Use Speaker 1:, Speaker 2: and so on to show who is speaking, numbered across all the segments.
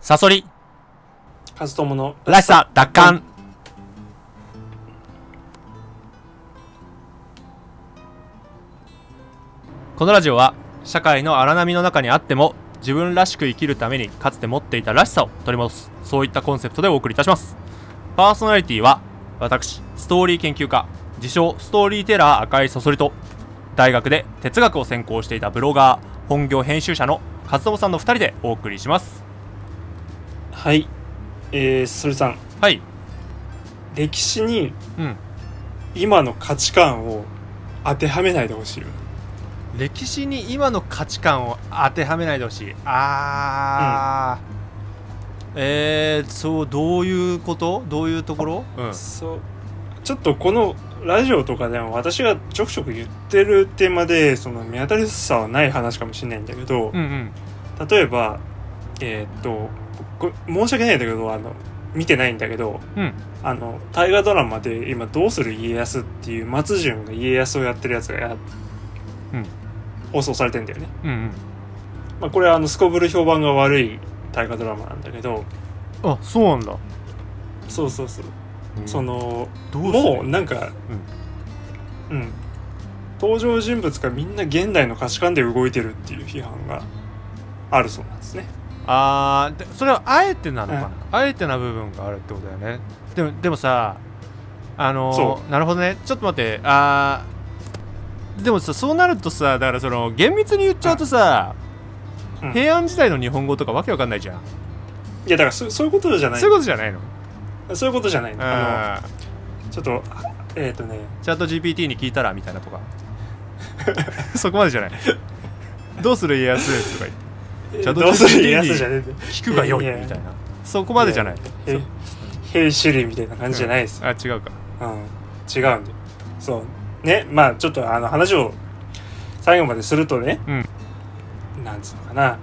Speaker 1: サソリ、
Speaker 2: カズトモの
Speaker 1: らしさ、奪還。このラジオは、社会の荒波の中にあっても、自分らしく生きるためにかつて持っていたらしさを取り戻す、そういったコンセプトでお送りいたします。パーソナリティは、私、ストーリー研究家、自称ストーリーテラー赤いサソリと、大学で哲学を専攻していたブロガー、本業編集者のカズトモさんの2人でお送りします。
Speaker 2: はいえー、それさん
Speaker 1: はい。
Speaker 2: 歴史に
Speaker 1: うん。
Speaker 2: 今の価値観を当てはめないでほしいよね
Speaker 1: 歴史に今の価値観を当てはめないでほしいあー、えー、そうどういうことどういうところ、うん、
Speaker 2: そうちょっとこのラジオとかでも私がちょくちょく言ってるテーマでその見当たりさはない話かもしれないんだけど、
Speaker 1: うんうん
Speaker 2: 例えばえーっとこ申し訳ないんだけどあの見てないんだけど
Speaker 1: うん
Speaker 2: あの大河ドラマで今「どうする家康」っていう松潤が家康をやってるやつがや、
Speaker 1: うん
Speaker 2: 放送されてんだよね、
Speaker 1: うんうん
Speaker 2: まあ、これはあのすこぶる評判が悪い大河ドラマなんだけど
Speaker 1: あそうなんだ、
Speaker 2: そうそうそうその
Speaker 1: どうする
Speaker 2: もうなんかうん、登場人物がみんな現代の価値観で動いてるっていう批判があるそうなんですね
Speaker 1: あーでそれはあえてなのかな、
Speaker 2: うん
Speaker 1: あえてな部分があるってことだよねでもでもさあの
Speaker 2: そ
Speaker 1: ー、なるほどねちょっと待ってあーでもさそうなるとさだからその厳密に言っちゃうとさ、
Speaker 2: うん
Speaker 1: 平安時代の日本語とかわけわかんないじゃん
Speaker 2: いやだからそそういうことじゃない
Speaker 1: そういうことじゃないの
Speaker 2: そういうことじゃないのあ
Speaker 1: あー
Speaker 2: のちょっとえーっ、とね
Speaker 1: チャット GPT に聞いたらみたいなとか そこまでじゃないどうする家康とか言ってチャット
Speaker 2: どうする
Speaker 1: GPT
Speaker 2: 家康じゃねえんだよ
Speaker 1: 聞くが良いみたいなそこまでじゃない
Speaker 2: ややへい種類みたいな感じじゃないです、
Speaker 1: あ違うか
Speaker 2: うん、違うんだよそうねまあちょっとあの話を最後までするとね、なんつうのかな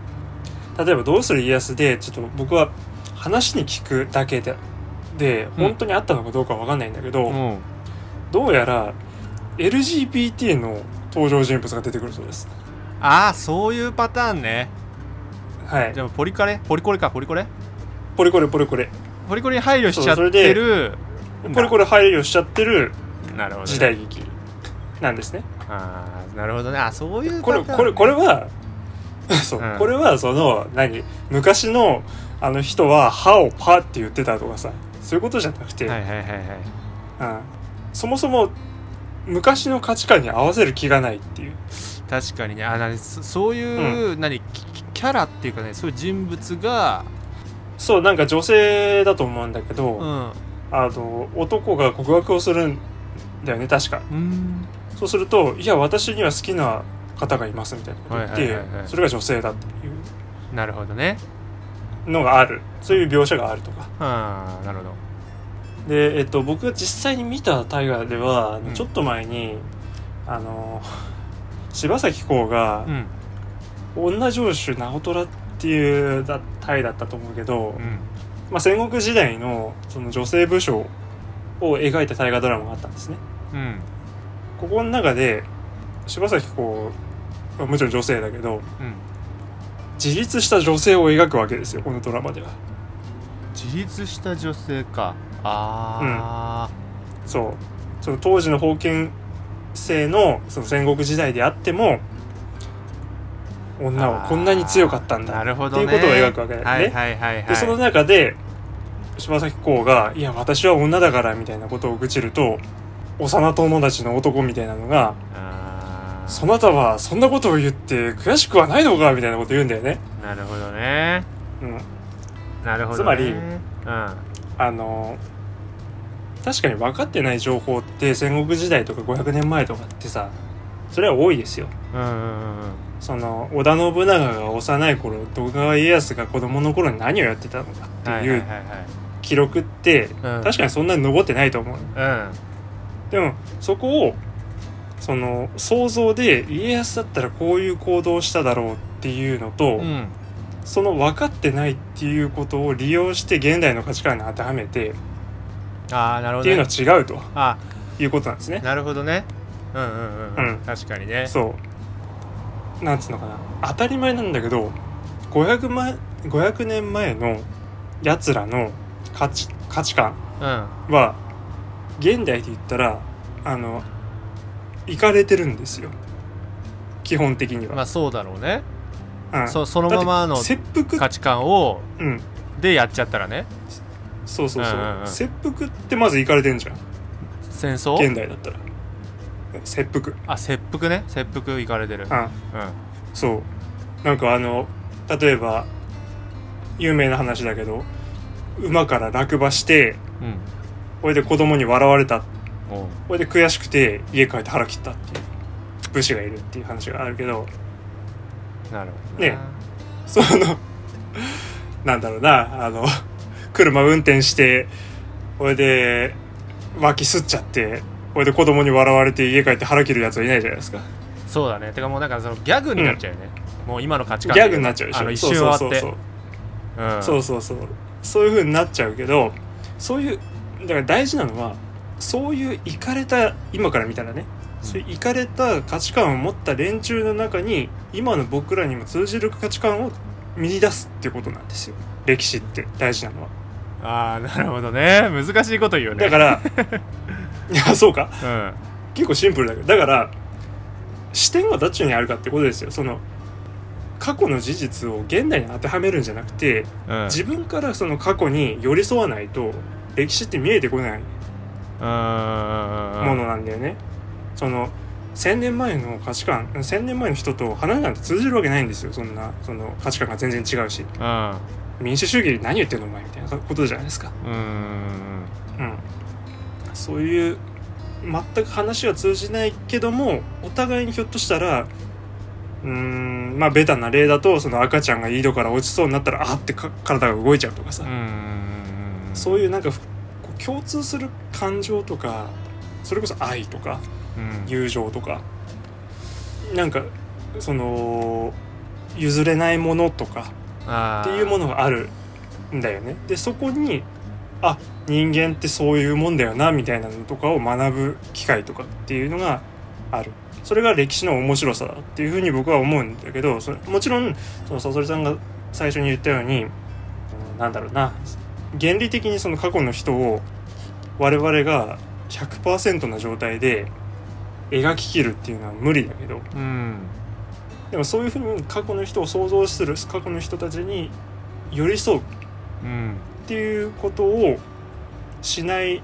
Speaker 2: 例えば「どうする家康」でちょっと僕は話に聞くだけでで
Speaker 1: うん
Speaker 2: 本当にあったのかどうかわかんないんだけど、
Speaker 1: うん
Speaker 2: どうやら LGBT の登場人物が出てくるそうです
Speaker 1: ああそういうパターンね
Speaker 2: はい
Speaker 1: でもポリカレポリコレかポリコレ
Speaker 2: ポリコレポリコレ
Speaker 1: ポリコレに配慮しちゃっ
Speaker 2: そうそれ
Speaker 1: てる
Speaker 2: ポリコ
Speaker 1: レ
Speaker 2: レ配慮しちゃってる
Speaker 1: なるほどね
Speaker 2: 時代劇なんですね
Speaker 1: ああなるほどねあそういう
Speaker 2: これ
Speaker 1: パターン
Speaker 2: これこれは そう、
Speaker 1: うん
Speaker 2: これはその何昔のあの人は歯をパーって言ってたとかさそういうことじゃなくて、
Speaker 1: はいはいはいはい
Speaker 2: うん、そもそも昔の価値観に合わせる気がないっていう
Speaker 1: 確かにねあなにそそういう、何キキャラっていうかねそういう人物が
Speaker 2: そうなんか女性だと思うんだけど、
Speaker 1: うん
Speaker 2: あの男が告白をするんだよね確か
Speaker 1: うん
Speaker 2: そうすると「いや私には好きな方がいます」みたいなこと言って、
Speaker 1: はいはいはいはい
Speaker 2: それが女性だっていう
Speaker 1: なるほどね
Speaker 2: のがあるそういう描写があるとか
Speaker 1: ああなるほど
Speaker 2: で、えっと、僕が実際に見た大河では、あの
Speaker 1: うん
Speaker 2: ちょっと前にあの柴咲コウが
Speaker 1: うん
Speaker 2: 女城主直虎っていうだ大だったと思うけど、
Speaker 1: うん
Speaker 2: まあ、戦国時代のその女性武将を描いた大河ドラマがあったんですね。
Speaker 1: うん
Speaker 2: ここの中で柴咲コウはもちろん女性だけど
Speaker 1: うん
Speaker 2: 自立した女性を描くわけですよこのドラマでは。
Speaker 1: 自立した女性かああ、
Speaker 2: そうその当時の封建制のその戦国時代であっても女はこんなに強かったんだ
Speaker 1: なるほ
Speaker 2: って
Speaker 1: ど
Speaker 2: いう
Speaker 1: ね
Speaker 2: ことを描くわけだよね。
Speaker 1: はいはいはいはい
Speaker 2: でその中で柴咲コウが「いや私は女だから」みたいなことを愚痴ると幼友達の男みたいなのが
Speaker 1: あ
Speaker 2: 「
Speaker 1: ー
Speaker 2: そなたはそんなことを言って悔しくはないのか」みたいなこと言うんだよね。
Speaker 1: なるほどね
Speaker 2: うん、
Speaker 1: なるほどね
Speaker 2: つまり
Speaker 1: うん
Speaker 2: あの確かに分かってない情報って戦国時代とか500年前とかってさそれは多いですよ。
Speaker 1: うんうんうん
Speaker 2: その織田信長が幼い頃徳川家康が子供の頃に何をやってたのかって
Speaker 1: はい
Speaker 2: い
Speaker 1: はいうはい
Speaker 2: 記録って
Speaker 1: はいうん
Speaker 2: 確かにそんなに残ってないと思
Speaker 1: う
Speaker 2: う
Speaker 1: ん
Speaker 2: でもそこをその想像で家康だったらこういう行動をしただろうっていうのと、
Speaker 1: うん
Speaker 2: その分かってないっていうことを利用して現代の価値観に当てはめてっ
Speaker 1: ああなるほ
Speaker 2: て
Speaker 1: ど
Speaker 2: いう
Speaker 1: ね
Speaker 2: のは違うと
Speaker 1: あ
Speaker 2: いうことなんですね。
Speaker 1: なるほどねうんうんうん、う、
Speaker 2: うんん
Speaker 1: 確かにね
Speaker 2: そうなんつうのかな当たり前なんだけど500万500年前のやつらの価値価値観
Speaker 1: うん
Speaker 2: は現代で言ったらあのいかれてるんですよ基本的には、
Speaker 1: まあそうだろうね、
Speaker 2: うん
Speaker 1: そそのままの
Speaker 2: だって切腹
Speaker 1: 価値観を
Speaker 2: うん
Speaker 1: でやっちゃったらね
Speaker 2: そうそうそう,、
Speaker 1: うんうんうん
Speaker 2: 切腹ってまずいかれてんじゃん
Speaker 1: 戦争
Speaker 2: 現代だったら切腹
Speaker 1: あ切腹ね切腹いかれてる
Speaker 2: うん
Speaker 1: う
Speaker 2: そうなんかあの例えば有名な話だけど馬から落馬して
Speaker 1: んうん
Speaker 2: これで子供に笑われた
Speaker 1: おう
Speaker 2: これで悔しくて家帰って腹切ったっていう武士がいるっていう話があるけど
Speaker 1: なるほど
Speaker 2: ねそのなんだろうなあの車運転してこれで脇すっちゃってこれで子供に笑われて家帰って腹切るやつはいないじゃないですか
Speaker 1: そうだねてかもうなんかそのギャグになっちゃうよね、もう今の価値
Speaker 2: ギ
Speaker 1: 観
Speaker 2: ャグになっちゃうでし
Speaker 1: あの
Speaker 2: ょ
Speaker 1: 一
Speaker 2: そう
Speaker 1: 瞬終
Speaker 2: そ
Speaker 1: わ
Speaker 2: う
Speaker 1: って
Speaker 2: そうそう
Speaker 1: うん
Speaker 2: そうそうそうそういう風になっちゃうけどそういうだから大事なのはそういういかれた今から見たらねそういういかれた価値観を持った連中の中に今の僕らにも通じる価値観を見出すっていうことなんですよ歴史って大事なのは
Speaker 1: ああなるほどね難しいこと言うよね
Speaker 2: だから いやそうから結構シンプルだけどだから視点はどっちにあるかってことですよその過去の事実を現代に当てはめるんじゃなくて
Speaker 1: うん、うん、
Speaker 2: 自分からその過去に寄り添わないと歴史って見えてこないも
Speaker 1: も
Speaker 2: のなんだよね。その1000年前の価値観1000年前の人と話なんて通じるわけないんですよそんなその価値観が全然違うし
Speaker 1: うん
Speaker 2: 民主主義何言ってんのお前みたいなことじゃないですか、
Speaker 1: うん
Speaker 2: うん、そういう全く話は通じないけどもお互いにひょっとしたらうーんまあベタな例だとその赤ちゃんが井戸から落ちそうになったらあーってか体が動いちゃうとかさ、
Speaker 1: うん
Speaker 2: そう
Speaker 1: い
Speaker 2: いうなんかふこう共通する感情とかそれこそ愛とか
Speaker 1: うん
Speaker 2: 友情とかなんかその譲れないものとか
Speaker 1: あ
Speaker 2: っていうも
Speaker 1: の
Speaker 2: のがあるんだよね。でそこにあ人間ってそういうもんだよなみたいなのとかを学ぶ機会とかっていうのがある。それが歴史の面白さだっていうふうに僕は思うんだけどそれもちろんそのサソリさんが最初に言ったようにうんなんだろうな原理的にその過去の人を我々が100%な状態で描ききるっていうのは無理だけど
Speaker 1: うん
Speaker 2: でもそういうふうに過去の人を想像する過去の人たちに寄り添う
Speaker 1: うん
Speaker 2: っていうことをしない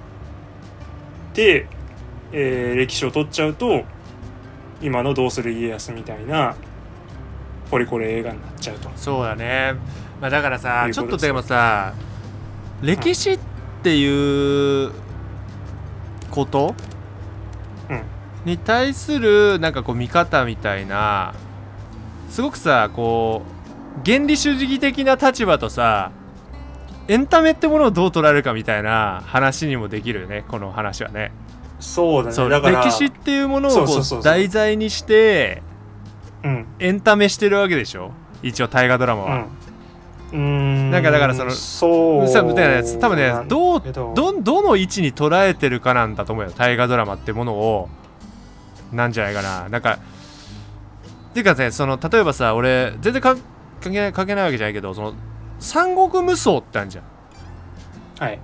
Speaker 2: で、えー歴史を取っちゃうと今の「どうする家康」みたいなポリコレ映画になっちゃうと。
Speaker 1: そうだねまあだからさ
Speaker 2: いう
Speaker 1: ち
Speaker 2: こ
Speaker 1: ょっと
Speaker 2: とです
Speaker 1: でもさ歴史っていうこと、
Speaker 2: うん
Speaker 1: に対するなんかこう見方みたいなすごくさこう原理主義的な立場とさエンタメってものをどう捉えるかみたいな話にもできるよねこの話はね。
Speaker 2: そうだ
Speaker 1: そう歴史っていうものを
Speaker 2: そうそう
Speaker 1: こ
Speaker 2: そうそう
Speaker 1: う題材にして
Speaker 2: うん
Speaker 1: エンタメしてるわけでしょ一応大河ドラマは。
Speaker 2: うんうーん
Speaker 1: なんかだからその
Speaker 2: そう
Speaker 1: さみたいなやつ多分ね
Speaker 2: なんだ
Speaker 1: どう
Speaker 2: けど
Speaker 1: どどの位置に捉えてるかなんだと思うよ大河ドラマってものをなんじゃないかななんかっていうかねその例えばさ俺全然か関係ない関係ないわけじゃないけどその三国無双ってあるじゃん
Speaker 2: はい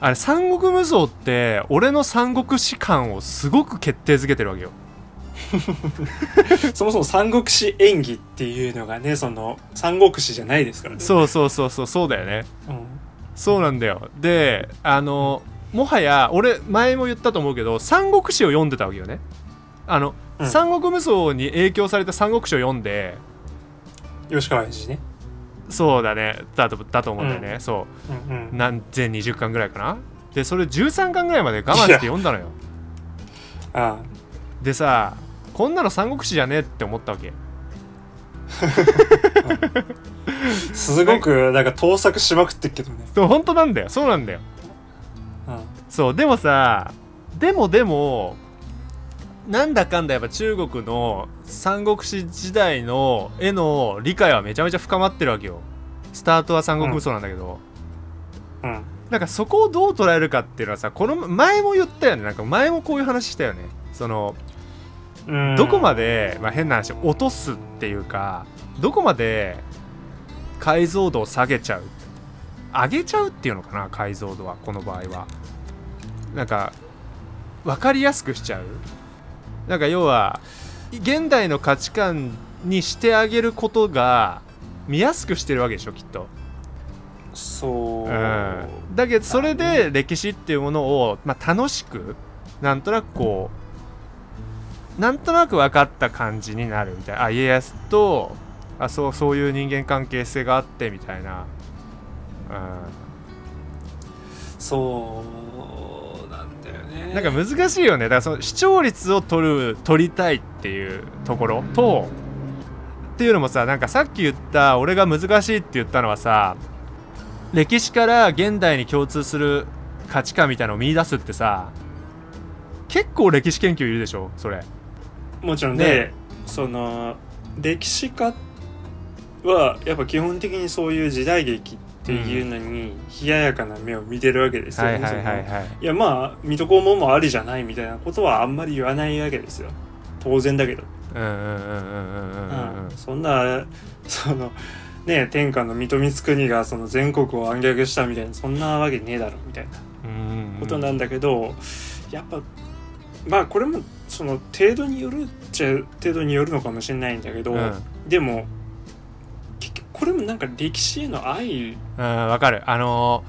Speaker 1: あれ三国無双って俺の三国史観をすごく決定づけてるわけよ
Speaker 2: そもそも三国志演技っていうのがねその三国志じゃないですからね
Speaker 1: そうそうそうそうそうだよね
Speaker 2: うん
Speaker 1: そうなんだよであのもはや俺前も言ったと思うけど三国志を読んでたわけよねあの、
Speaker 2: うん
Speaker 1: 三国無双に影響された三国志を読んで
Speaker 2: 吉川英治ね
Speaker 1: そうだねだとだと思うんだよね、そ
Speaker 2: うんうん
Speaker 1: う何全20巻ぐらいかなでそれ13巻ぐらいまで我慢して読んだのよ
Speaker 2: あ
Speaker 1: でさこんなの三国志じゃねえって思ったわけ
Speaker 2: あすごくなんか盗作しまくってっけどね、
Speaker 1: そう本当なんだよそうなんだよ
Speaker 2: うん、
Speaker 1: そうでもさでもでもなんだかんだやっぱ中国の三国志時代の絵の理解はめちゃめちゃ深まってるわけよスタートは三国無双なんだけど、
Speaker 2: うん
Speaker 1: なんかそこをどう捉えるかっていうのはさこの前も言ったよねなんか前もこういう話したよねその
Speaker 2: うん
Speaker 1: どこまで、まあ、変な話落とすっていうかどこまで解像度を下げちゃう上げちゃうっていうのかな解像度はこの場合はなんか分かりやすくしちゃうなんか要は現代の価値観にしてあげることが見やすくしてるわけでしょきっと
Speaker 2: そう、
Speaker 1: うん、だけどそれで歴史っていうものを、まあ、楽しくなんとなくこうなんとなく分かった感じになるみたいなあ家康とあそうそういう人間関係性があってみたいな、
Speaker 2: そうなんだよ
Speaker 1: う
Speaker 2: ね
Speaker 1: ん、なんか難しいよねだからその視聴率を取る取りたいっていうところとっていうのもさなんかさっき言った俺が難しいって言ったのはさ歴史から現代に共通する価値観みたいのを見出すってさ結構歴史研究いるでしょそれ
Speaker 2: もちろんで、
Speaker 1: ね
Speaker 2: その歴史家はやっぱ基本的にそういう時代劇っていうのに冷ややかな目を見てるわけですよね。その
Speaker 1: はい
Speaker 2: いやまあ水戸黄門もありじゃないみたいなことはあんまり言わないわけですよ当然だけど、
Speaker 1: うんうんうんうんうんうんうんうん
Speaker 2: そんなそのね天下の水戸光圀がその全国を暗躍したみたいなそんなわけねえだろみたいな
Speaker 1: うんうん
Speaker 2: ことなんだけど、やっぱまあこれもその程度によるっちゃ程度によるのかもしれないんだけど、
Speaker 1: うんうん
Speaker 2: でも結局これもなんか歴史への愛
Speaker 1: わかるあの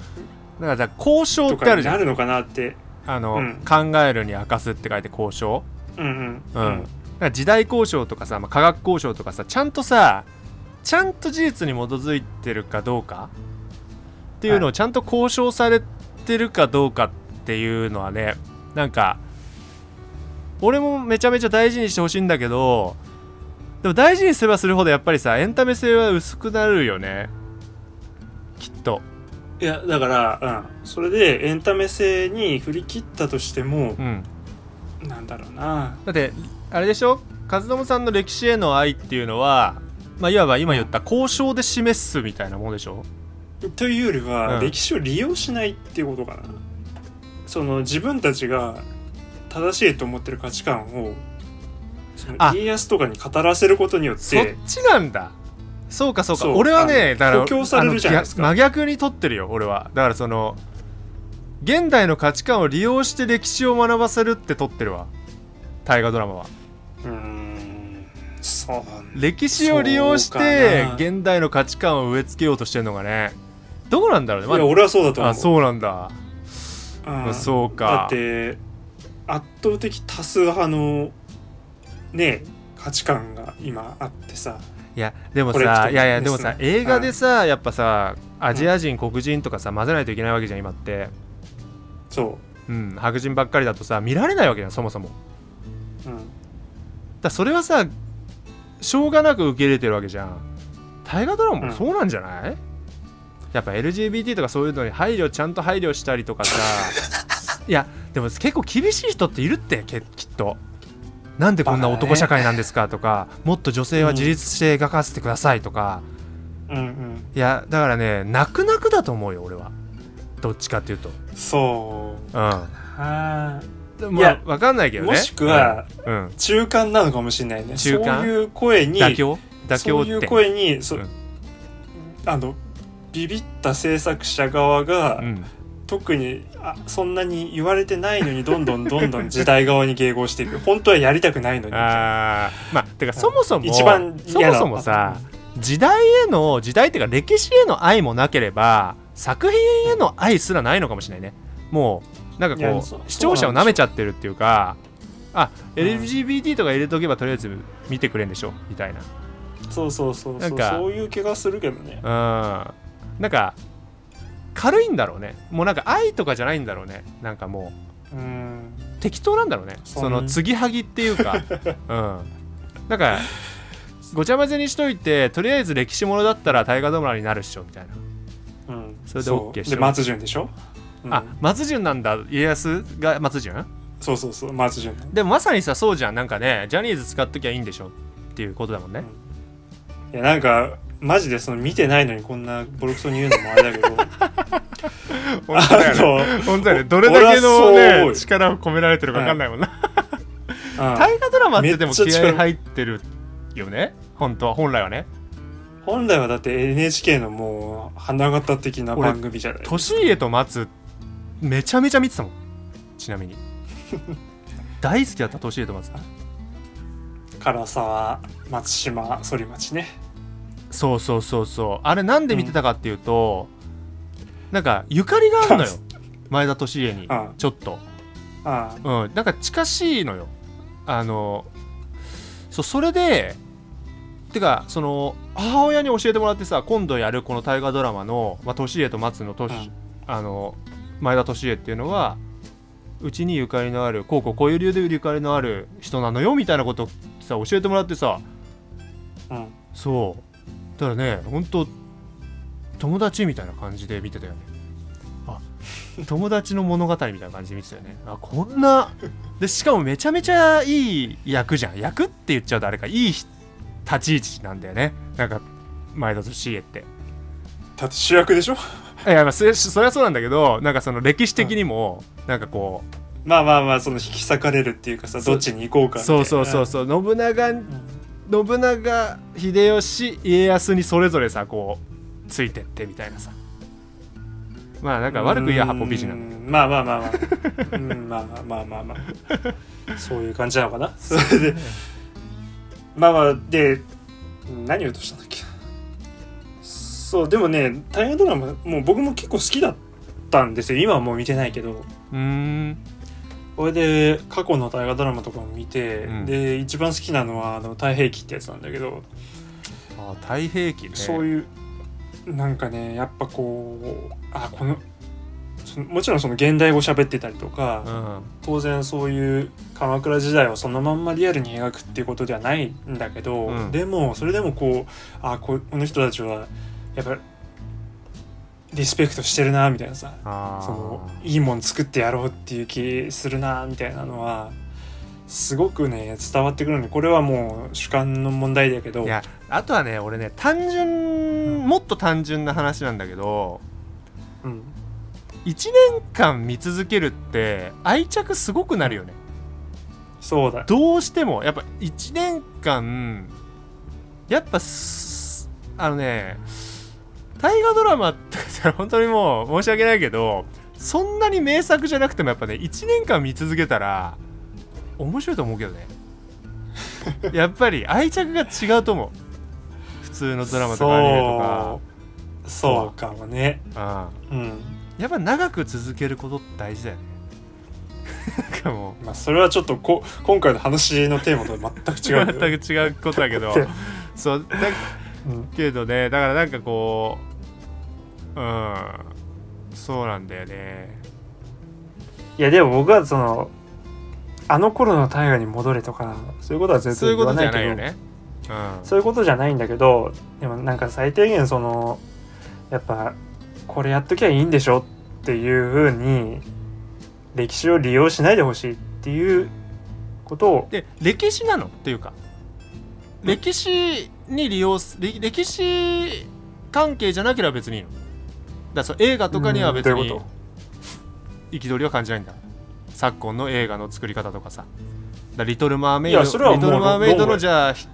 Speaker 1: ーなんかさ交渉
Speaker 2: と
Speaker 1: って
Speaker 2: か
Speaker 1: ある
Speaker 2: に
Speaker 1: じゃ
Speaker 2: なんるのかなって
Speaker 1: あの、
Speaker 2: うん
Speaker 1: 考えるに明かすって書いて交渉
Speaker 2: うんう
Speaker 1: うんん、だから時代交渉とかさ、まあ、科学交渉とかさちゃんとさちゃんと事実に基づいてるかどうかっていうの
Speaker 2: は
Speaker 1: をちゃんと交渉されてるかどうかっていうのはねなんか俺もめちゃめちゃ大事にしてほしいんだけどでも大事にすればするほどやっぱりさエンタメ性は薄くなるよねきっと
Speaker 2: いやだから、うん、それでエンタメ性に振り切ったとしても
Speaker 1: う、ん
Speaker 2: なんだろうな
Speaker 1: だってあれでしょ和友さんの歴史への愛っていうのは、まあ、いわば今言った交渉で示すみたいなものでしょ
Speaker 2: というよりは、
Speaker 1: うん
Speaker 2: 歴史を利用しないっていうことかなその自分たちが正しいと思ってる価値観をその
Speaker 1: あ
Speaker 2: 家康とかに語らせることによっ
Speaker 1: そってちなんだそうかそうか
Speaker 2: そう
Speaker 1: 俺は
Speaker 2: あ
Speaker 1: ね
Speaker 2: の
Speaker 1: だから
Speaker 2: 補強されるじゃないですか
Speaker 1: あの逆真逆に取ってるよ俺はだからその現代の価値観を利用して歴史を学ばせるって取ってるわ大河ドラマは
Speaker 2: うーんそう
Speaker 1: 歴史を利用し
Speaker 2: そう
Speaker 1: て
Speaker 2: かな
Speaker 1: 現代の価値観を植え付けようとしてるのがねどうなんだろうね、
Speaker 2: いや俺はそうだと
Speaker 1: まあ、
Speaker 2: 思う
Speaker 1: あそうなんだ、
Speaker 2: うん
Speaker 1: そうか
Speaker 2: だって圧倒的多数派のね価値観が今あってさ
Speaker 1: いやでも
Speaker 2: コレクト
Speaker 1: さいやいや
Speaker 2: ですね
Speaker 1: でもさ映画でさ、やっぱさアジア人黒人とかさ混ぜないといけないわけじゃん今って、
Speaker 2: そ
Speaker 1: うん、白人ばっかりだとさ見られないわけじゃんそもそもだか
Speaker 2: う、うん、
Speaker 1: らそれはさしょうがなく受け入れてるわけじゃん大河ドラマ
Speaker 2: うん
Speaker 1: もそうなんじゃない、やっぱ LGBT とかそういうのに配慮ちゃんと配慮したりとかさ いやでも結構厳しい人っているってけきっとなんでこんな男社会なんですかとか、もっと女性は自立して描かせてくださいとか、
Speaker 2: うんうん
Speaker 1: いやだからね泣く泣くだと思うよ俺はどっちかっていうと
Speaker 2: そう
Speaker 1: う
Speaker 2: あ
Speaker 1: ん
Speaker 2: い
Speaker 1: ま
Speaker 2: や
Speaker 1: あわかんないけ
Speaker 2: ー
Speaker 1: どね
Speaker 2: もしくは
Speaker 1: うん、うん
Speaker 2: 中間なのかもしれないね
Speaker 1: 中間
Speaker 2: そういう声に
Speaker 1: 妥協妥協
Speaker 2: そう
Speaker 1: っ
Speaker 2: いう
Speaker 1: て
Speaker 2: 声にそ、
Speaker 1: うん
Speaker 2: あのビビった制作者側が、
Speaker 1: うん、
Speaker 2: 特にあそんなに言われてないのにどんどんどんどん時代側に迎合していく本当はやりたくないのに
Speaker 1: あーまあてかそもそも
Speaker 2: 一番
Speaker 1: そ
Speaker 2: 嫌
Speaker 1: も
Speaker 2: な
Speaker 1: そもさ時代への時代っていうか歴史への愛もなければ作品への愛すらないのかもしれないねもうなんか
Speaker 2: いや
Speaker 1: こ
Speaker 2: そう
Speaker 1: う視聴者を舐めちゃってるっていうかあ LGBT とか入れとけばとりあえず見てくれんでしょみたいな
Speaker 2: そうそうそう
Speaker 1: なん
Speaker 2: そう
Speaker 1: か
Speaker 2: そういう気がするけどね
Speaker 1: うんなんか軽いんだろうねもうなんか愛とかじゃないんだろうねなんかも
Speaker 2: うん
Speaker 1: う適当なんだろうね
Speaker 2: そう
Speaker 1: その継ぎはぎっていう かうんなんかごちゃ混ぜにしといてとりあえず歴史ものだったら大河ドラマになるっしょみたいな、
Speaker 2: うん、
Speaker 1: それで
Speaker 2: そう
Speaker 1: OK し
Speaker 2: で
Speaker 1: ろ
Speaker 2: 松潤でしょ、うん、
Speaker 1: あ松潤なんだ家康が松潤
Speaker 2: そうそうそう松潤
Speaker 1: でもまさにさそうじゃんなんかねジャニーズ使っときゃいいんでしょっていうことだもんね、
Speaker 2: いやなんかマジでその見てないのにこんなボロクソに言うのもあれ だけど
Speaker 1: 本当だよ ね本
Speaker 2: あ
Speaker 1: 当だよねど
Speaker 2: 俺はそう思う
Speaker 1: 力を込められてるいもんな
Speaker 2: の、うん
Speaker 1: 大河ドラマってでも
Speaker 2: めっちゃ
Speaker 1: 気
Speaker 2: 力
Speaker 1: 合入ってるよね本当は本来はね
Speaker 2: 本本来はだって NHK のもう花形的な番組じゃない
Speaker 1: 年家と松めちゃめちゃ見てたもんちな みに大好きだった年家と松
Speaker 2: 唐沢松島反町ね
Speaker 1: そうそうそうそうあれなんで見てたかっていうと、なんかゆか りがあるのよ前田利家に
Speaker 2: うん
Speaker 1: ちょっと
Speaker 2: あ
Speaker 1: うんなんか近しいのよあのそうそれでてかその母親に教えてもらってさ今度やるこの大河ドラマの「まあ、利家と松の
Speaker 2: あ、う
Speaker 1: 利、
Speaker 2: ん、
Speaker 1: あの前田利家っていうのはうちにゆかりのあるこうこうこういう理由でゆかりのある人なのよみたいなことさ教えてもらってさ
Speaker 2: うん、
Speaker 1: そうだからね本当友達みたいな感じで見てたよねあ友達の物語みたいな感じで見てたよねあこんなでしかもめちゃめちゃいい役じゃん役って言っちゃうとあれかいい立ち位置なんだよねなんか前田利家って
Speaker 2: だって主役でしょ
Speaker 1: いやまあそれそれはそうなんだけどなんかその歴史的にも、なんかこう
Speaker 2: まあまあまあその引き裂かれるっていうかさ
Speaker 1: そう
Speaker 2: どっちに行こうかみたい
Speaker 1: そ
Speaker 2: な
Speaker 1: うそうそうそう信長信長秀吉家康にそれぞれさこうついてってみたいなさまあなんか悪く言えば八方美人なんだ
Speaker 2: だまあまあまあまあうんまあまあまあまあまあそういう感じなのか なそれでまあまあで何を言おうとしたんだっけそうでもね大河ドラマもう僕も結構好きだったんですよ今はもう見てないけど
Speaker 1: うーん
Speaker 2: これで過去の大河ドラマとかも見て、
Speaker 1: うん
Speaker 2: で一番好きなのはあの太平記ってやつなんだけど、
Speaker 1: あ太平記ね
Speaker 2: そういうなんかねやっぱこうあこのそのもちろんその現代語喋ってたりとか、
Speaker 1: うん
Speaker 2: 当然そういう鎌倉時代をそのまんまリアルに描くっていうことではないんだけど、
Speaker 1: うん
Speaker 2: でもそれでもこうあここの人たちはやっぱリスペクトしてるなみたいなさ
Speaker 1: あー
Speaker 2: そのいいもん作ってやろうっていう気するなみたいなのはすごくね伝わってくるのでこれはもう主観の問題だけ
Speaker 1: い
Speaker 2: ど
Speaker 1: やあとはね俺ね単純もっと単純な話なんだけど
Speaker 2: うん、
Speaker 1: 1年間見続けるって愛着すごくなるよね
Speaker 2: そうだ
Speaker 1: どうしてもやっぱ1年間やっぱすあのね大河ドラマって本当にもう申し訳ないけどそんなに名作じゃなくてもやっぱね1年間見続けたら面白いと思うけ どねやっぱり愛着が違うと思う普通のドラマとかアニメとか
Speaker 2: そうそうかもね、
Speaker 1: う
Speaker 2: うん、
Speaker 1: ん、やっぱ長く続けることって大事だよねなんかもう
Speaker 2: まあそれはちょっとこ今回の話のテーマとは全く違うんだ けど
Speaker 1: 全く違うことだけどそうだ
Speaker 2: うん
Speaker 1: けどねだからなんかこううんそうなんだよね
Speaker 2: いやでも僕はそのあの頃の大河に戻れとかそういうことは絶
Speaker 1: そうい
Speaker 2: 対
Speaker 1: う
Speaker 2: 言
Speaker 1: こと
Speaker 2: わ
Speaker 1: じ
Speaker 2: ない
Speaker 1: ゃな
Speaker 2: け
Speaker 1: い
Speaker 2: ど
Speaker 1: よねうん
Speaker 2: そういうことじゃないんだけどでもなんか最低限そのやっぱこれやっときゃいいんでしょっていうふうに歴史を利用しないでほしいっていうことを
Speaker 1: で歴史なのっていうか歴史に利用す歴歴史関係じゃなければ別にいいのだからそう映画とかには別
Speaker 2: うんどういう
Speaker 1: に
Speaker 2: こ
Speaker 1: 憤りは感じないんだ昨今の映画の作り方とかさだからリトル・マーメイ
Speaker 2: い
Speaker 1: ド
Speaker 2: やそれはも
Speaker 1: リ
Speaker 2: う
Speaker 1: トル・マーメイド
Speaker 2: 論
Speaker 1: の
Speaker 2: 外
Speaker 1: じゃあひ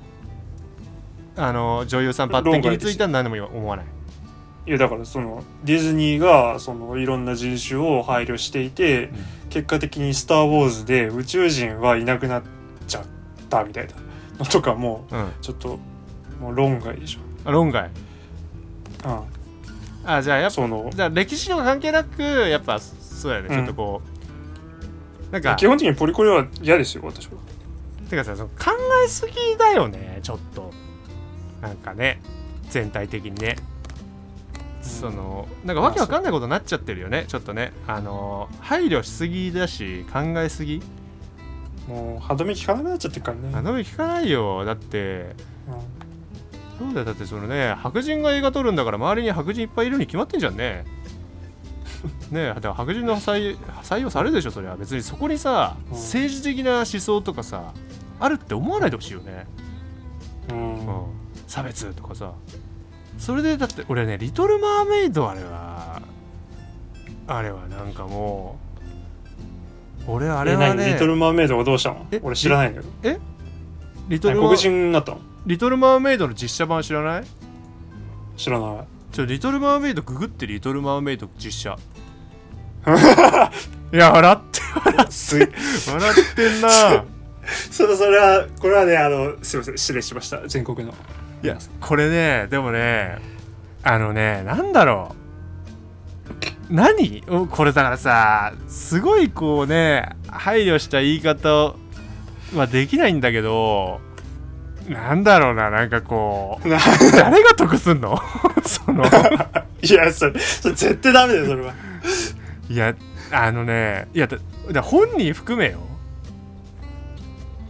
Speaker 1: あの女優さん抜擢については何でも思わない
Speaker 2: いやだからそのディズニーがそのいろんな人種を配慮していて、
Speaker 1: ん
Speaker 2: 結果的に「スター・ウォーズ」で宇宙人はいなくなっちゃったみたいなのとかも
Speaker 1: うん
Speaker 2: ちょっともう論外でしょ。
Speaker 1: あ論外
Speaker 2: うん
Speaker 1: あじゃあやっぱ
Speaker 2: その
Speaker 1: じゃあ歴史とか関係なくやっぱそうやね、
Speaker 2: うん
Speaker 1: ちょっとこうなんか
Speaker 2: 基本的にポリコレは嫌ですよ私は
Speaker 1: てかさその考えすぎだよねちょっとなんかね全体的にね、そのなんかわけわかんないことになっちゃってるよねちょっとねあの配慮しすぎだし考えすぎ
Speaker 2: もう歯止め効かなくなっちゃってるからね
Speaker 1: あの目聞かないよだって
Speaker 2: うん
Speaker 1: そうだよだってそのね白人が映画撮るんだから周りに白人いっぱいいるに決まってんじゃんね ねえだから白人の採採用されるでしょそれは別にそこにさ
Speaker 2: うん
Speaker 1: 政治的な思想とかさあるって思わないでほしいよね、
Speaker 2: うん
Speaker 1: うん、差別とかさそれでだって俺ね「リトル・マーメイド」あれはあれはなんかもう俺あ
Speaker 2: あ
Speaker 1: れはね
Speaker 2: リトル・マーメイドがどうしたの
Speaker 1: え
Speaker 2: 俺知らないんだよ
Speaker 1: リトル
Speaker 2: 何
Speaker 1: マ
Speaker 2: 黒人になったの
Speaker 1: リトルマーメイドの実写版知らない
Speaker 2: 知らない
Speaker 1: ちょ、リトルマーメイドググってリトルマーメイド実写。 いや、笑って、
Speaker 2: すい
Speaker 1: 笑ってんな。
Speaker 2: そろそろはこれはねあのすいません失礼しました全国の
Speaker 1: いや、これね、でもね、あのね、なんだろう。何おこれだからさ、すごいこうね、配慮した言い方はできないんだけど、なんだろうな、なんかこう、
Speaker 2: な
Speaker 1: 誰が得すんの その、
Speaker 2: いやそれそれ絶対ダメだよそれはい
Speaker 1: や、あのね、いや、だだ本人含めよ。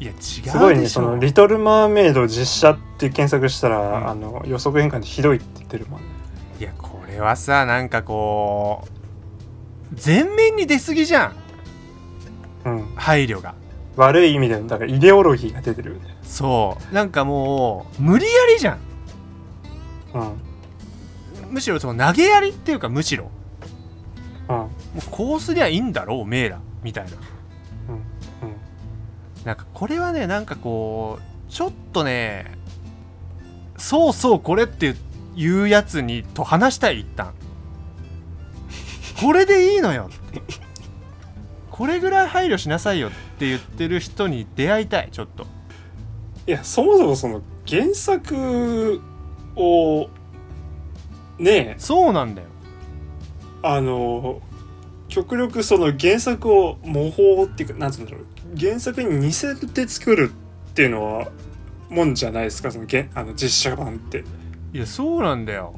Speaker 1: いや、違うでしょ。
Speaker 2: すごいねその「リトル・マーメイド実写」って検索したら、
Speaker 1: ん
Speaker 2: あの予測変換でひどいって言ってるもんね
Speaker 1: いやこれはさなんかこう全面に出過ぎじゃん
Speaker 2: うん
Speaker 1: 配慮が
Speaker 2: 悪い意味でのだからイデオロギーが出てるよね
Speaker 1: そうなんかもう無理やりじゃん
Speaker 2: うん
Speaker 1: むしろその投げやりっていうかむしろも
Speaker 2: うん
Speaker 1: うこうすりゃいいんだろうおめえらみたいな
Speaker 2: うんうん
Speaker 1: なんかこれはねなんかこうちょっとねそうそうこれって言うやつにと話したい一旦これでいいのよってこれぐらい配慮しなさいよって言ってる人に出会いたいちょっと
Speaker 2: いやそもそもその原作をねえ
Speaker 1: そうなんだよ
Speaker 2: あの極力その原作を模倣っていうかなんつうんだろう原作に似せて作るっていうのはもんじゃないですかそのげあの実写版って。
Speaker 1: いやそうなんだよ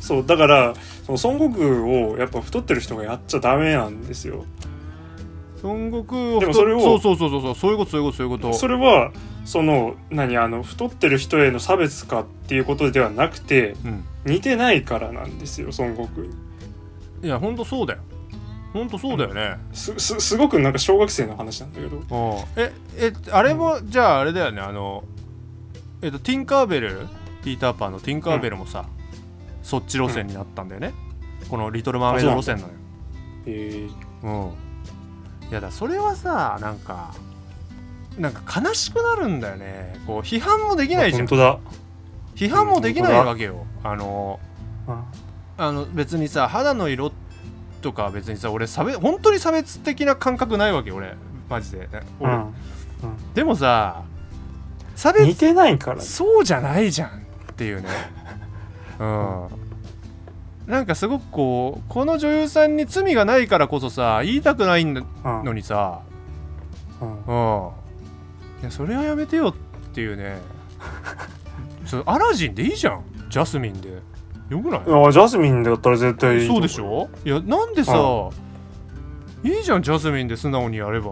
Speaker 2: そうだからその孫悟空をやっぱ太ってる人がやっちゃダメなんですよ。
Speaker 1: 孫悟空を
Speaker 2: でもそれを
Speaker 1: そうそうそうそうそうそういうことそういうことそういうこと
Speaker 2: それはその何あの太ってる人への差別かっていうことではなくて
Speaker 1: うん
Speaker 2: 似てないからなんですよ孫悟空に。
Speaker 1: いやほんとそうだよほんとそうだよね、
Speaker 2: すすすごくなんか小学生の話なんだけど
Speaker 1: うんええあれも、じゃああれだよねあのえっとティンカーベルピーター・パンのティンカーベルもさ、そっち路線になったんだよね、この「リトル・マーメイド」
Speaker 2: あ
Speaker 1: 路
Speaker 2: そ
Speaker 1: 線なのよ
Speaker 2: え
Speaker 1: うんいやだからそれはさなんかなんか悲しくなるんだよねこう批判もできないじゃん
Speaker 2: 本当だ、
Speaker 1: 批判もできな
Speaker 2: 本
Speaker 1: い
Speaker 2: 当だ
Speaker 1: わけよあのあの別にさ肌の色とかは別にさ俺差別本当に差別的な感覚ないわけ俺マジで、
Speaker 2: う
Speaker 1: 俺
Speaker 2: ん
Speaker 1: でもさ差
Speaker 2: うん、似
Speaker 1: 別
Speaker 2: てないから
Speaker 1: そうじゃないじゃんって いうねうんなんかすごくこうこの女優さんに罪がないからこそさ言いたくないの
Speaker 2: うん
Speaker 1: にさ
Speaker 2: うん
Speaker 1: うんいやそれはやめてよっていう ねそれアラジンでいいじゃんジャスミンでよくない
Speaker 2: あジャスミンだったら絶対いい
Speaker 1: そうでしょいやなんでさ、いいじゃんジャスミンで素直にやれば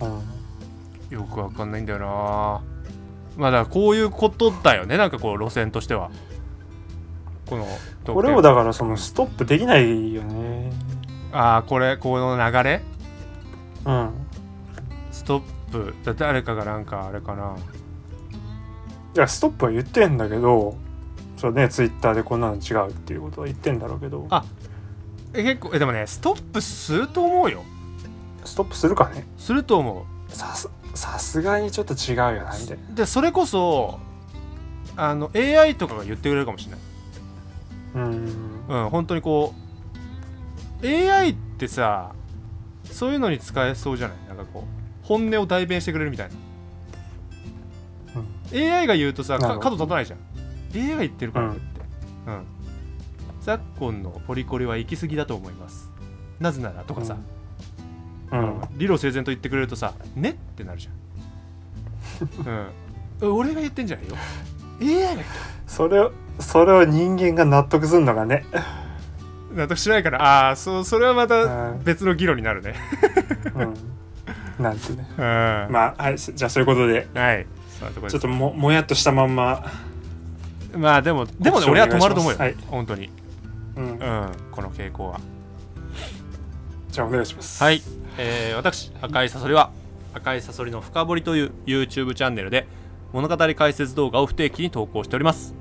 Speaker 2: うん
Speaker 1: よくわかんないんだよなまあだからこういうことだよねなんかこう路線としてはこの
Speaker 2: これをだからそのストップできないよね
Speaker 1: ああこれこの流れ
Speaker 2: うん
Speaker 1: ストップだ誰かがなんかあれかない
Speaker 2: やストップは言ってんだけどそうねツイッターでこんなの違うっていうことは言ってんだろうけど
Speaker 1: あえ結構えでもねストップすると思うよ
Speaker 2: ストップするかね
Speaker 1: すると思
Speaker 2: さすさすがにちょっと違うよなみたいな
Speaker 1: うでそれこそあの AI とかが言ってくれるかもしれない
Speaker 2: うん
Speaker 1: うん本当にこう AI ってさそういうのに使えそうじゃないなんかこう本音を代弁してくれるみたいな、AI が言うとさ
Speaker 2: なる
Speaker 1: か角
Speaker 2: ほど
Speaker 1: 立たないじゃん AI が言ってるからってうん、昨今のポリコレは行き過ぎだと思いますなぜならとかさ、
Speaker 2: う
Speaker 1: うん
Speaker 2: ん
Speaker 1: 理路整然と言ってくれるとさねってなるじゃ ん、うん、俺が言ってんじゃないよ AI が言ってる
Speaker 2: それをそれを人間が納得するのがね
Speaker 1: 納得しないからああーそうそれはまた
Speaker 2: うん
Speaker 1: 別の議論になるね
Speaker 2: うんなんてね
Speaker 1: うん
Speaker 2: まあはいじゃあそういうことで
Speaker 1: はい。そういうところ
Speaker 2: ち
Speaker 1: で
Speaker 2: ょっとももやっとしたまんま、
Speaker 1: すまあでも、でもね、
Speaker 2: 告知お
Speaker 1: 俺
Speaker 2: 願
Speaker 1: はい止
Speaker 2: します
Speaker 1: まると思うよ。
Speaker 2: はい
Speaker 1: 本当に。
Speaker 2: うん
Speaker 1: うん。この傾向は。
Speaker 2: じゃあお願いします
Speaker 1: はい。えー私、赤いサソリは、赤いサソリの深掘りという YouTube チャンネルで、物語解説動画を不定期に投稿しております。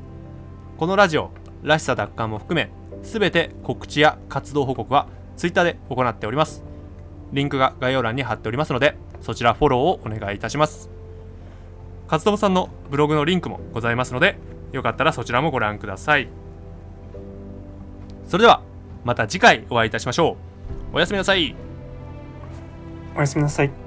Speaker 1: このラジオ、らしさ奪還も含め、すべて告知や活動報告は Twitter で行っております。リンクが概要欄に貼っておりますので、そちらフォローをお願いいたします。勝友さんのブログのリンクもございますので、よかったらそちらもご覧くださいそれではまた次回お会いいたしましょうおやすみなさい
Speaker 2: おやすみなさい